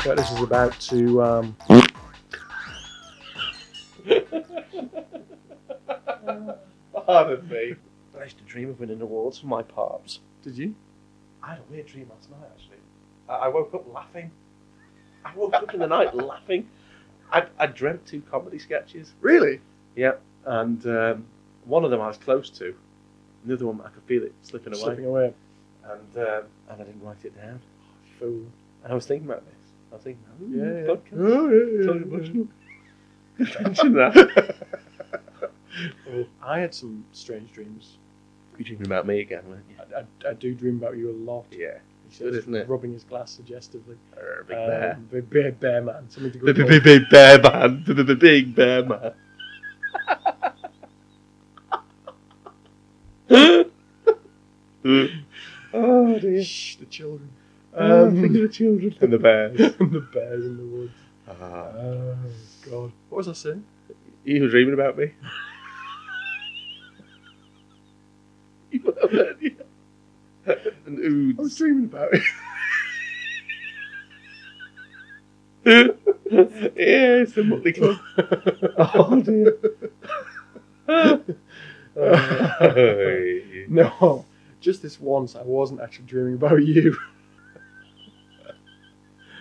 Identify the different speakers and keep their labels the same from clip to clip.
Speaker 1: Curtis is about to. Um,
Speaker 2: Pardon me. I used to dream of winning awards for my parts.
Speaker 1: did you?
Speaker 2: I had a weird dream last night, actually. I, I woke up laughing. I woke up in the night laughing. I, I dreamt two comedy sketches.
Speaker 1: Really?
Speaker 2: Yep. And um, one of them I was close to. and the other one I could feel it slipping away.
Speaker 1: Slipping away.
Speaker 2: And um, and I didn't write it down.
Speaker 1: Fool.
Speaker 2: And I was thinking about this. I was thinking, oh,
Speaker 1: Yeah, yeah.
Speaker 2: podcast.
Speaker 1: Oh, yeah, yeah,
Speaker 2: Totally
Speaker 1: yeah.
Speaker 2: emotional. Mention that.
Speaker 1: I had some strange dreams.
Speaker 2: you dreaming about me again, weren't you?
Speaker 1: I, I, I do dream about you a lot.
Speaker 2: Yeah.
Speaker 1: He
Speaker 2: good,
Speaker 1: says,
Speaker 2: isn't it?
Speaker 1: Rubbing his glass suggestively.
Speaker 2: Arr, Big
Speaker 1: Um,
Speaker 2: bear.
Speaker 1: big bear, bear man. Something to go.
Speaker 2: Big,
Speaker 1: for.
Speaker 2: big, big bear man. Big, big, Big bear man. oh dear.
Speaker 1: Shh, the children.
Speaker 2: Um,
Speaker 1: Um,
Speaker 2: think of the children and the bears.
Speaker 1: the bears in the woods.
Speaker 2: Ah,
Speaker 1: Oh God! What was I saying?
Speaker 2: you were dreaming about me. you were, yeah. An
Speaker 1: I was
Speaker 2: oods.
Speaker 1: dreaming about it.
Speaker 2: yeah, it's the Motley Club. oh dear. Oh.
Speaker 1: Uh, No, just this once. I wasn't actually dreaming about you.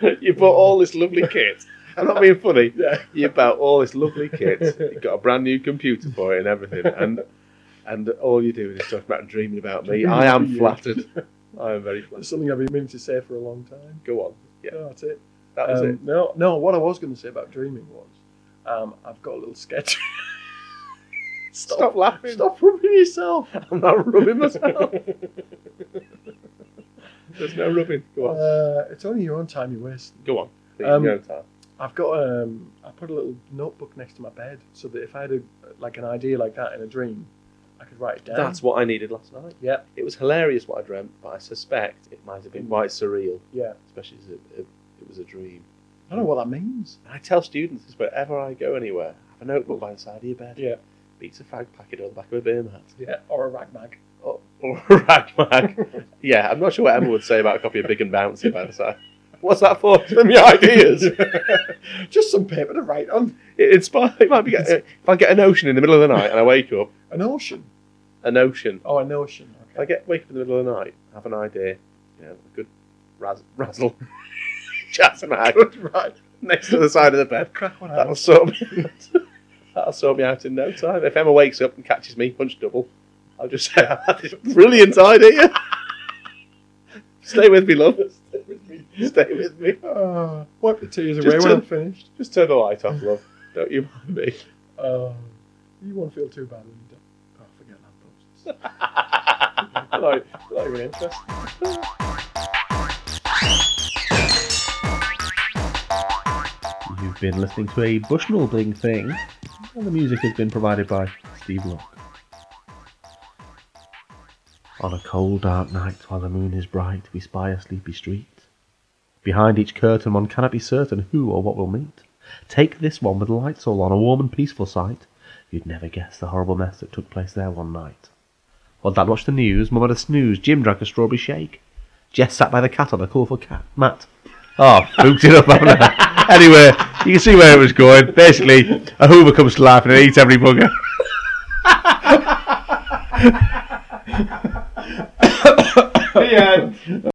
Speaker 2: you bought all this lovely kit. I'm not being funny.
Speaker 1: Yeah.
Speaker 2: You bought all this lovely kit. You got a brand new computer for it and everything, and and all you're doing is talking about dreaming about me. I am flattered. I am very
Speaker 1: That's
Speaker 2: flattered.
Speaker 1: something I've been meaning to say for a long time.
Speaker 2: Go on. Yeah,
Speaker 1: No, that's it.
Speaker 2: that was
Speaker 1: Um,
Speaker 2: it.
Speaker 1: No, no. What I was going to say about dreaming was, um, I've got a little sketch.
Speaker 2: Stop, laughing.
Speaker 1: Stop rubbing yourself.
Speaker 2: I'm not rubbing myself. There's no rubbing. Go on.
Speaker 1: Uh, it's only your own time you're wasting.
Speaker 2: Go on. Take
Speaker 1: um,
Speaker 2: your own time.
Speaker 1: I've got um, I put a little notebook next to my bed so that if I had a, like an idea like that in a dream, I could write it down.
Speaker 2: That's what I needed last night.
Speaker 1: yeah,
Speaker 2: It was hilarious what I dreamt, but I suspect it might have been quite surreal,
Speaker 1: yeah.
Speaker 2: especially as it, it, it was a dream.
Speaker 1: I don't know what that means.
Speaker 2: And I tell students this wherever I go anywhere, have a notebook by the side of your bed.
Speaker 1: Yeah.
Speaker 2: Beats a fag packet on the back of a beer mat.
Speaker 1: Yeah, or a rag mag.
Speaker 2: Or, or a rag mag. yeah, I'm not sure what Emma would say about a copy of Big and Bouncy by the side. What's that for? Give me ideas. it,
Speaker 1: Just some paper to write on.
Speaker 2: inspires, it might be. If I get an ocean in the middle of the night and I wake up,
Speaker 1: An ocean.
Speaker 2: an ocean.
Speaker 1: Oh, an ocean.
Speaker 2: If I get wake up in the middle of the night, have an idea, you know, a good razz, razzle, jazz mag
Speaker 1: right.
Speaker 2: next to the side of the bed.
Speaker 1: Crack one
Speaker 2: That'll
Speaker 1: out.
Speaker 2: sort me out. That'll sort me out in no time. If Emma wakes up and catches me, punch double, I'll just say, I had this brilliant idea. Stay with me, love. Stay with me. Stay with me.
Speaker 1: Uh, wipe the tears
Speaker 2: Just
Speaker 1: away when
Speaker 2: turn-
Speaker 1: I'm finished.
Speaker 2: Just turn the light off, love. Don't you mind me.
Speaker 1: Uh, you won't feel too bad when you do Oh, forget lampposts.
Speaker 2: like, like an interest. You've been listening to a Bushnell Bling thing, and the music has been provided by Steve Locke. On a cold, dark night, while the moon is bright, we spy a sleepy street. Behind each curtain, one cannot be certain who or what will meet. Take this one with the lights all on, a warm and peaceful sight. You'd never guess the horrible mess that took place there one night. While Dad watched the news, Mum had a snooze, Jim drank a strawberry shake. Jess sat by the cat on a call for cat Matt. Oh, booked it up, haven't I? Anyway, you can see where it was going. Basically, a hoover comes to life and it eats every bugger.